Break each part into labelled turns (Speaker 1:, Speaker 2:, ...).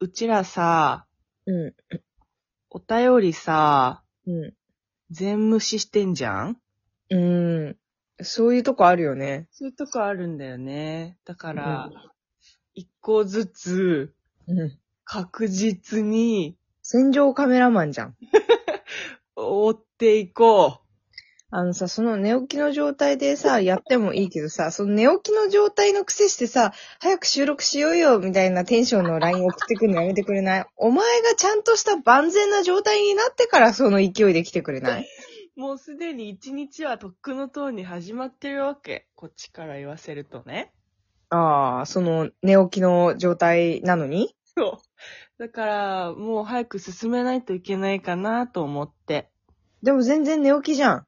Speaker 1: うちらさ、
Speaker 2: う
Speaker 1: お便りさ、
Speaker 2: ん。う
Speaker 1: 全無視してんじゃん
Speaker 2: ん。うん。そういうとこあるよね。
Speaker 1: そういうとこあるんだよね。だから、一、個ずつ、
Speaker 2: うん。
Speaker 1: 確実に、
Speaker 2: 戦場カメラマンじゃん。
Speaker 1: 追っていこ。
Speaker 2: あのさ、その寝起きの状態でさ、やってもいいけどさ、その寝起きの状態の癖してさ、早く収録しようよ、みたいなテンションの LINE 送ってくるのやめてくれないお前がちゃんとした万全な状態になってからその勢いで来てくれないう
Speaker 1: もうすでに一日はとっくのとうに始まってるわけ。こっちから言わせるとね。
Speaker 2: ああ、その寝起きの状態なのに
Speaker 1: そう。だから、もう早く進めないといけないかなと思って。
Speaker 2: でも全然寝起きじゃん。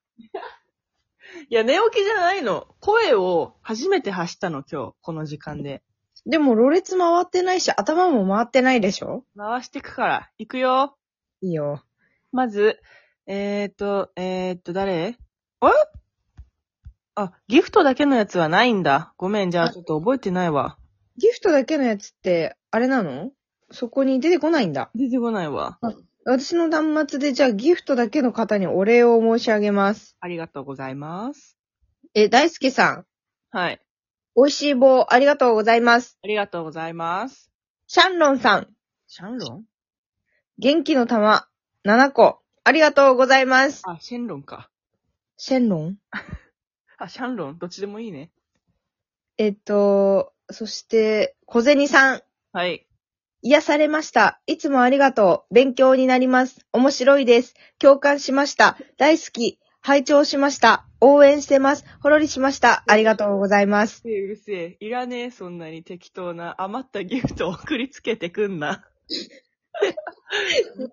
Speaker 1: いや、寝起きじゃないの。声を初めて発したの、今日。この時間で。
Speaker 2: でも、ろれつ回ってないし、頭も回ってないでしょ
Speaker 1: 回してくから。行くよ。
Speaker 2: いいよ。
Speaker 1: まず、えーと、えーと、誰えあ、ギフトだけのやつはないんだ。ごめん、じゃあ
Speaker 2: あ
Speaker 1: ちょっと覚えてないわ。
Speaker 2: ギフトだけのやつって、あれなのそこに出てこないんだ。
Speaker 1: 出てこないわ。
Speaker 2: 私の端末でじゃあギフトだけの方にお礼を申し上げます。
Speaker 1: ありがとうございます。
Speaker 2: え、大輔さん、
Speaker 1: はい。
Speaker 2: 美味しい棒ありがとうございます。
Speaker 1: ありがとうございます。
Speaker 2: シャンロンさん、
Speaker 1: シャンロン
Speaker 2: 元気の玉7個ありがとうございます。
Speaker 1: あ、シェンロンか。
Speaker 2: シェンロン
Speaker 1: あ、シャンロンどっちでもいいね。
Speaker 2: えっと、そして、小銭さん、
Speaker 1: はい。
Speaker 2: 癒されました。いつもありがとう。勉強になります。面白いです。共感しました。大好き。拝聴しました。応援してます。ほろりしました。ありがとうございます。
Speaker 1: うるせえ、うるせえ。いらねえ、そんなに適当な余ったギフトを送りつけてくんな。
Speaker 2: 絶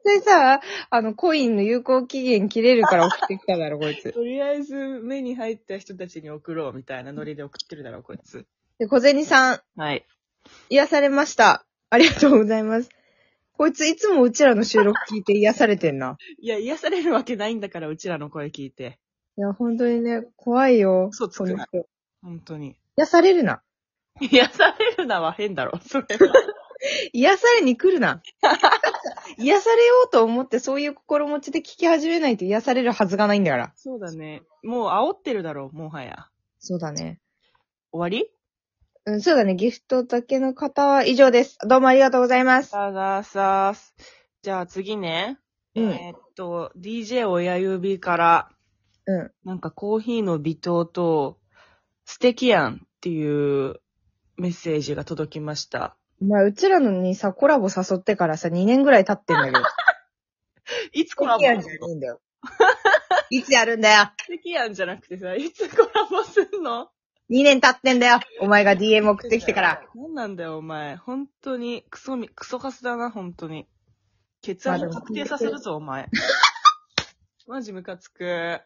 Speaker 2: 対さ、あの、コインの有効期限切れるから送ってきただ ろ、こいつ。
Speaker 1: とりあえず、目に入った人たちに送ろう、みたいなノリで送ってるだろ、こいつ。
Speaker 2: で、小銭さん、
Speaker 1: はい。
Speaker 2: 癒されました。ありがとうございます。こいついつもうちらの収録聞いて癒されてんな。
Speaker 1: いや、癒されるわけないんだから、うちらの声聞いて。
Speaker 2: いや、本当にね、怖いよ。
Speaker 1: 嘘つく
Speaker 2: こ
Speaker 1: な
Speaker 2: の人。
Speaker 1: 本当に。
Speaker 2: 癒されるな。
Speaker 1: 癒されるなは変だろ、それは。
Speaker 2: 癒されに来るな。 癒されようと思ってそういう心持ちで聞き始めないと癒されるはずがないんだから。
Speaker 1: そうだね。もう煽ってるだろ、もはや。
Speaker 2: そうだね。
Speaker 1: 終わり
Speaker 2: うん、そうだね。ギフトだけの方は以上です。どうもありがとうございます。
Speaker 1: さあさあさあ。じゃあ次ね。
Speaker 2: うん
Speaker 1: えーっと、DJ 親指から、
Speaker 2: うん。
Speaker 1: なんかコーヒーの微糖と、素敵やんっていうメッセージが届きました。
Speaker 2: まあ、うちらのにさ、コラボ誘ってからさ、2年ぐらい経ってんだけど。
Speaker 1: いつ
Speaker 2: コ
Speaker 1: コラ
Speaker 2: ラ ボ
Speaker 1: ボ
Speaker 2: やんじゃねえんだよ。いつやるんだよ。
Speaker 1: 素敵やんじゃなくてさ、いつコラボすんの
Speaker 2: 2年経ってんだよ。お前が DM 送ってきて から。。
Speaker 1: 何なんだよ、お前。本当に、クソみ、クソカスだな、本当に。血圧確定させるぞ、お前。 マジムカつく。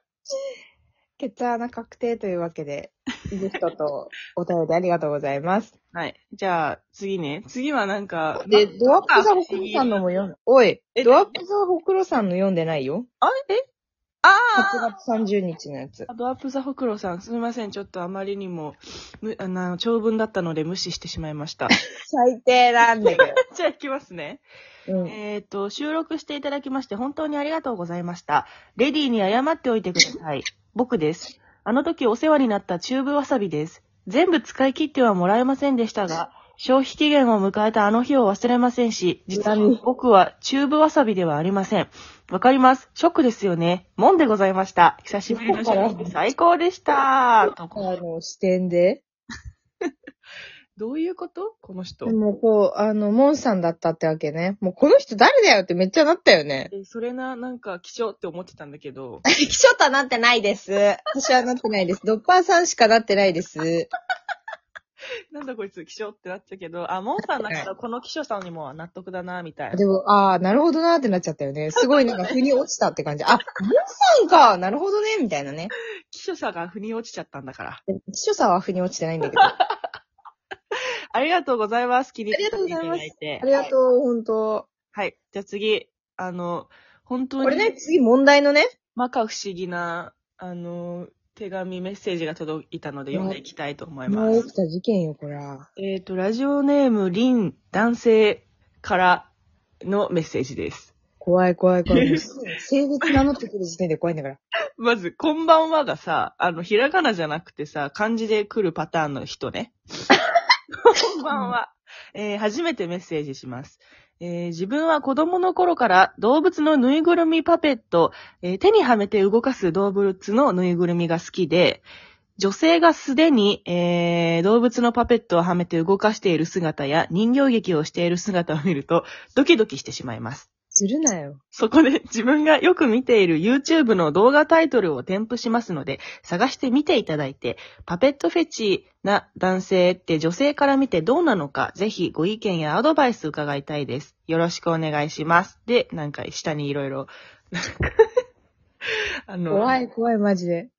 Speaker 2: 血穴確定というわけで、ギフトとお便りありがとうございます。
Speaker 1: はい。じゃあ、次ね。次はなんか、
Speaker 2: で、
Speaker 1: ま
Speaker 2: ドアップザホクロさんのも読んおい
Speaker 1: え、
Speaker 2: ドアップザホクロさんの読んでないよ。
Speaker 1: あ、えあ
Speaker 2: 8月30日のやつ。
Speaker 1: あドアップザホクロさん、すみません。ちょっとあまりにも、む、あの、長文だったので無視してしまいました。
Speaker 2: 最低なんだけど。
Speaker 1: じゃあ、行きますね。
Speaker 2: うん。
Speaker 1: えっ、と、収録していただきまして本当にありがとうございました。レディーに謝っておいてください。僕です。あの時お世話になったチューブわさびです。全部使い切ってはもらえませんでしたが、消費期限を迎えたあの日を忘れませんし、実は僕はチューブわさびではありません。わかります。ショックですよね。もんでございました。久しぶりの収録最高でした。と
Speaker 2: あの、視点で。
Speaker 1: どういうことこの人
Speaker 2: で。も、こう、あの、モンさんだったってわけね。もう、この人誰だよってめっちゃなったよね。
Speaker 1: えそれな、なんか、貴重って思ってたんだけど。
Speaker 2: 気象とはなってないです。私はなってないです。ドッパーさんしかなってないです。
Speaker 1: なんだこいつ、気象ってなっちゃうけど、あ、モンさんだったらこの気象さんにも納得だな、みたいな。
Speaker 2: でも、ああ、なるほどなーってなっちゃったよね。すごいなんか、腑に落ちたって感じ。あ、モンさんかなるほどねみたいなね。
Speaker 1: 気象さんが腑に落ちちゃったんだから。
Speaker 2: でも秘書さんは腑に落ちてないんだ けど。あ
Speaker 1: ありがとうございます。気に入っていただいて。
Speaker 2: りが
Speaker 1: う。
Speaker 2: とう、ほんと。
Speaker 1: はい。じゃあ次、あの、本当
Speaker 2: これね、
Speaker 1: に、
Speaker 2: 次問題のね。
Speaker 1: まか不思議な、あの、手紙メッセージが届いたので読んでいきたいと思いま
Speaker 2: もう起
Speaker 1: す。
Speaker 2: きた事件よ、これは。
Speaker 1: えっ、と、ラジオネーム、リン、男性、からのメッセージです。
Speaker 2: 怖い怖い怖い。もうすぐ性別名乗ってくる時点で怖いんだから。
Speaker 1: まず、こんばんはがさ、あの、ひらがなじゃなくてさ、漢字で来るパターンの人ね。こんばんは。えー初めてメッセージします。えー自分は子供の頃から動物のぬいぐるみパペット、えー手にはめて動かす動物のぬいぐるみが好きで、女性がすでに、えー動物のパペットをはめて動かしている姿や人形劇をしている姿を見るとドキドキしてしまいます。
Speaker 2: するなよ。
Speaker 1: そこで 自分がよく見ている YouTube の動画タイトルを添付しますので、探してみていただいて、パペットフェチな男性って女性から見てどうなのか、ぜひご意見やアドバイス伺いたいです。よろしくお願いします。で、なんか下にいろいろ、なんか あの、
Speaker 2: 怖い怖いマジで。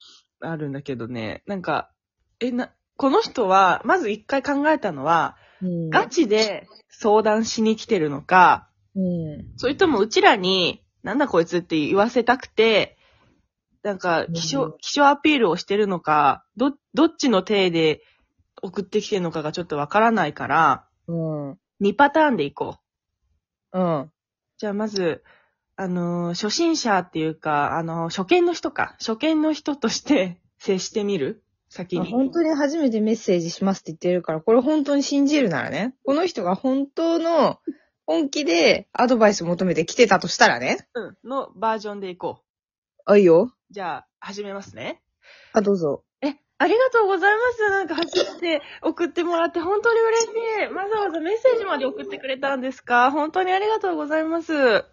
Speaker 1: あるんだけどね、なんか、え、な、この人は、まず一回考えたのは、
Speaker 2: うん
Speaker 1: ガチで相談しに来てるのか、
Speaker 2: うん。
Speaker 1: それともうちらに、なんだこいつって言わせたくて、なんか、気
Speaker 2: う
Speaker 1: 象
Speaker 2: ん、
Speaker 1: 気象アピールをしてるのか、ど、どっちの体で送ってきてるのかがちょっとわからないから、
Speaker 2: うん。うん。
Speaker 1: 2パターンでいこう。
Speaker 2: あ
Speaker 1: じゃあまず、あのー初心者っていうか、あのー初見の人か。初見の人として接してみる先に。
Speaker 2: 本当に初めてメッセージしますって言ってるから、これ本当に信じるならね。この人が本当の本気でアドバイス求めて来てたとしたらね。
Speaker 1: うんのバージョンでいこ
Speaker 2: あ、いいよ。
Speaker 1: う。じゃあ、始めますね。
Speaker 2: あ、どうぞ。
Speaker 1: え、ありがとうございます。なんか初めて送ってもらって本当に嬉しい。わざわざメッセージまで送ってくれたんですか本当にありがとうございます。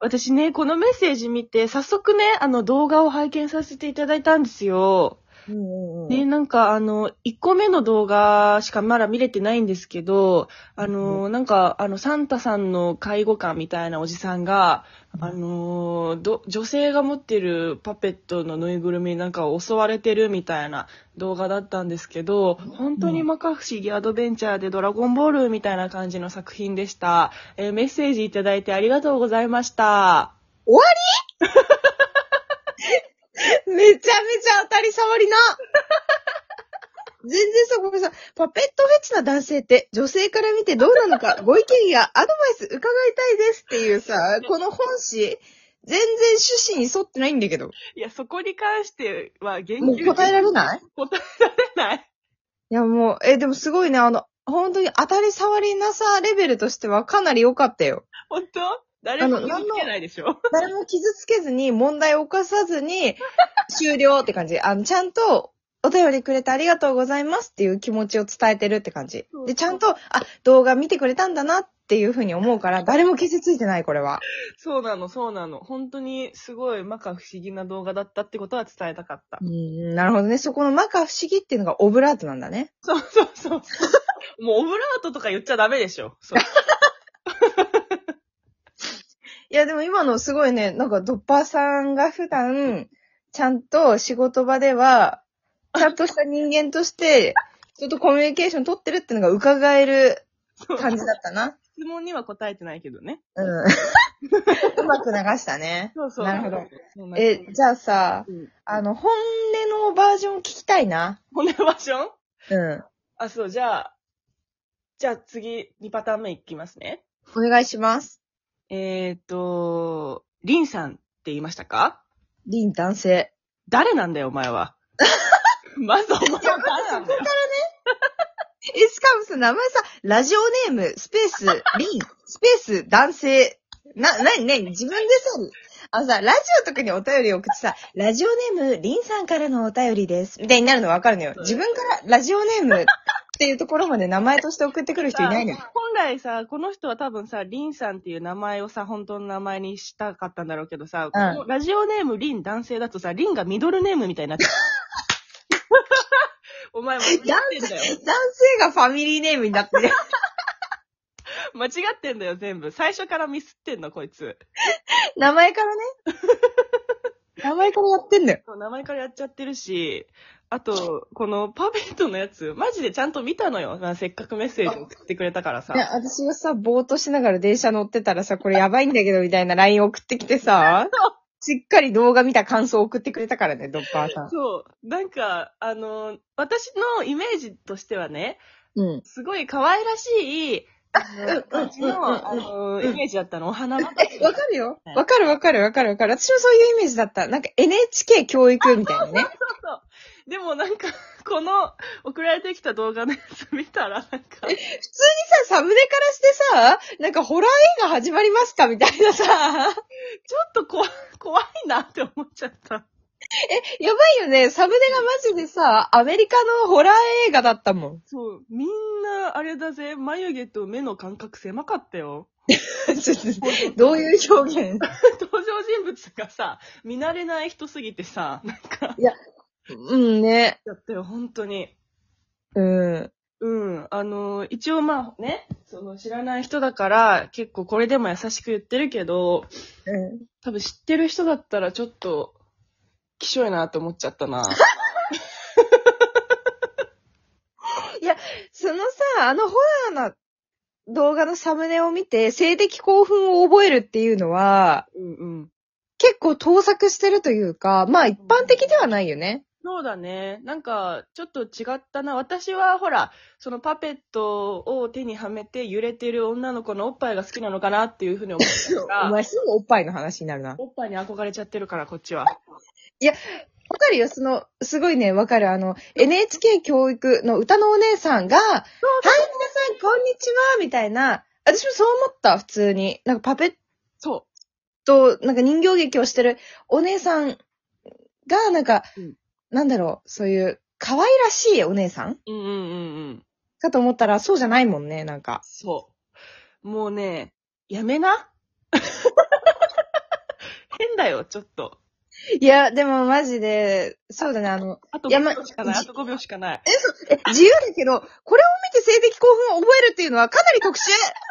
Speaker 1: 私ね、このメッセージ見て、早速ね、あの動画を拝見させていただいたんですよ。
Speaker 2: うんうんうん
Speaker 1: ね、なんかあの、1個目の動画しかまだ見れてないんですけど、あの、なんかあの、サンタさんの介護官みたいなおじさんが、あのーど、女性が持ってるパペットのぬいぐるみなんかを襲われてるみたいな動画だったんですけど、本当に摩訶不思議アドベンチャーでドラゴンボールみたいな感じの作品でした。えーメッセージいただいてありがとうございました。
Speaker 2: めちゃめちゃ当たり障りな全然さ、ごめんなさい。パペットフェチな男性って女性から見てどうなの かご意見やアドバイス伺いたいですっていうさ、この本誌、全然趣旨に沿ってないんだけど。
Speaker 1: いや、そこに関しては言
Speaker 2: も
Speaker 1: 及
Speaker 2: う答えられない
Speaker 1: 答えられない。
Speaker 2: いやもう、え、でもすごいね、あの、本当に当たり障りなさレベルとしてはかなり良かったよ。
Speaker 1: 本当誰も
Speaker 2: あの
Speaker 1: 気づけないでしょ
Speaker 2: 誰も傷つけずに、問題を起こさずに、終了って感じ。あの、ちゃんと、お便りくれてありがとうございますっていう気持ちを伝えてるって感じ
Speaker 1: そう。
Speaker 2: で、ちゃんと、あ、動画見てくれたんだなっていうふうに思うから、誰も傷ついてない、これは。
Speaker 1: そうなの、そうなの。本当にすごい摩訶不思議な動画だったってことは伝えたかった
Speaker 2: う。ん、なるほどね。そこの摩訶不思議っていうのがオブラートなんだね。
Speaker 1: そうそう そう。もうオブラートとか言っちゃダメでしょ。 そう
Speaker 2: いや、でも今のすごいね、なんかドッパーさんが普段、ちゃんと仕事場では、ちゃんとした人間として、ちょっとコミュニケーション取ってるっていうのが伺える
Speaker 1: そう
Speaker 2: 感じだったな。
Speaker 1: 質問には答えてないけどね。
Speaker 2: うん。 うまく流したね。
Speaker 1: そうそう。
Speaker 2: なるほど。
Speaker 1: そうなんです
Speaker 2: え、じゃあさ、
Speaker 1: うん
Speaker 2: あの、本音のバージョン聞きたいな。
Speaker 1: 骨バージョン
Speaker 2: うん。
Speaker 1: あ、そう、じゃあ、じゃあ次、2パターン目いきますね。
Speaker 2: お願いします。
Speaker 1: えーっと、リンさんって言いましたか
Speaker 2: リン男性。
Speaker 1: 誰なんだよ、お前 は。まずお前は誰なんだよ。
Speaker 2: え、しかもさ、名前さ、ラジオネーム、スペース、リン、スペース、男性。な、なになに自分でさ、あのさ、ラジオとかにお便りを送ってさ、ラジオネーム、リンさんからのお便りです。みたいになるのわかるのよ。自分からラジオネームっていうところまで名前として送ってくる人いな いのよ。
Speaker 1: さ本来さ、この人は多分さ、リンさんっていう名前をさ、本当の名前にしたかったんだろうけどさ、このラジオネームリン男性だとさ、リンがミドルネームみたいになっちゃう。 お前間違ってんだよ。
Speaker 2: 男性がファミリーネームになってる。
Speaker 1: 間違ってんだよ、全部。最初からミスってんの、こいつ。
Speaker 2: 名前からね。名前からやってんだよ。
Speaker 1: 名前からやっちゃってるし、あと、このパーフェクトのやつ、マジでちゃんと見たのよ。まあせっかくメッセージ送ってくれたからさ
Speaker 2: い。や、私がさ、ぼーっとしながら電車乗ってたらさ、これやばいんだけどみたいな LINE 送ってきてさ、しっかり動画見た感想送ってくれたからね、ドッパーさん。
Speaker 1: そう。なんか、あの、私のイメージとしてはね、
Speaker 2: うん。
Speaker 1: すごい可愛らしい、感じの、あの、イメージだったの。お花 畑。
Speaker 2: わかるよ
Speaker 1: はい。
Speaker 2: わかるわかるわかるわかる。私もそういうイメージだった。なんか NHK 教育みたいなね。
Speaker 1: でもなんか、この、送られてきた動画のやつ見たら、なんか、
Speaker 2: 普通にさ、サムネからしてさ、なんかホラー映画始まりますかみたいなさ、
Speaker 1: ちょっとこ怖いなって思っちゃった。
Speaker 2: やばいよね。サムネがマジでさ、アメリカのホラー映画だったもん。
Speaker 1: そう、みんな、あれだぜ、眉毛と目の間隔狭かったよ。
Speaker 2: どういう表現
Speaker 1: 登場人物がさ、見慣れない人すぎてさ、なんか、
Speaker 2: うんね。
Speaker 1: だったよ、本当に。
Speaker 2: うん。
Speaker 1: うん。あの、一応まあね、その知らない人だから、結構これでも優しく言ってるけど、
Speaker 2: うん。
Speaker 1: 多分知ってる人だったらちょっと、きしょいなって思っちゃった な。
Speaker 2: そのさ、あのホラーな動画のサムネを見て、性的興奮を覚えるっていうのは、
Speaker 1: うんうん。
Speaker 2: 結構盗作してるというか、まあ一般的ではないよね。
Speaker 1: そうだね。なんか、ちょっと違ったな。私は、ほら、そのパペットを手にはめて揺れてる女の子のおっぱいが好きなのかなっていうふうに思ってたか
Speaker 2: お
Speaker 1: ら、
Speaker 2: 前すぐおっぱいの話になるな。わ
Speaker 1: おっぱいに憧れちゃってるから、こっ ちは。
Speaker 2: かるよ、その、すごいね、わかる。あの、NHK 教育の歌のお姉さんが、はい、皆さん、こんにちはみたいな、私もそう思った、普通に。なんかパペッ
Speaker 1: そ
Speaker 2: と、なんか人形劇をしてるお姉さんが、なんか、
Speaker 1: うん
Speaker 2: なんだろう、そういう、可愛らしいお姉さん
Speaker 1: う。うんうんうんうん。
Speaker 2: かと思ったら、そうじゃないもんね、なんか。
Speaker 1: そう。もうね、やめ な。変だよ、ちょっと。
Speaker 2: いや、でもマジで、そうだね、あの、
Speaker 1: あと
Speaker 2: いやま
Speaker 1: 5秒しかない。あと5秒しかない。
Speaker 2: え、自由だけど、これを見て性的興奮を覚えるっていうのはかなり特殊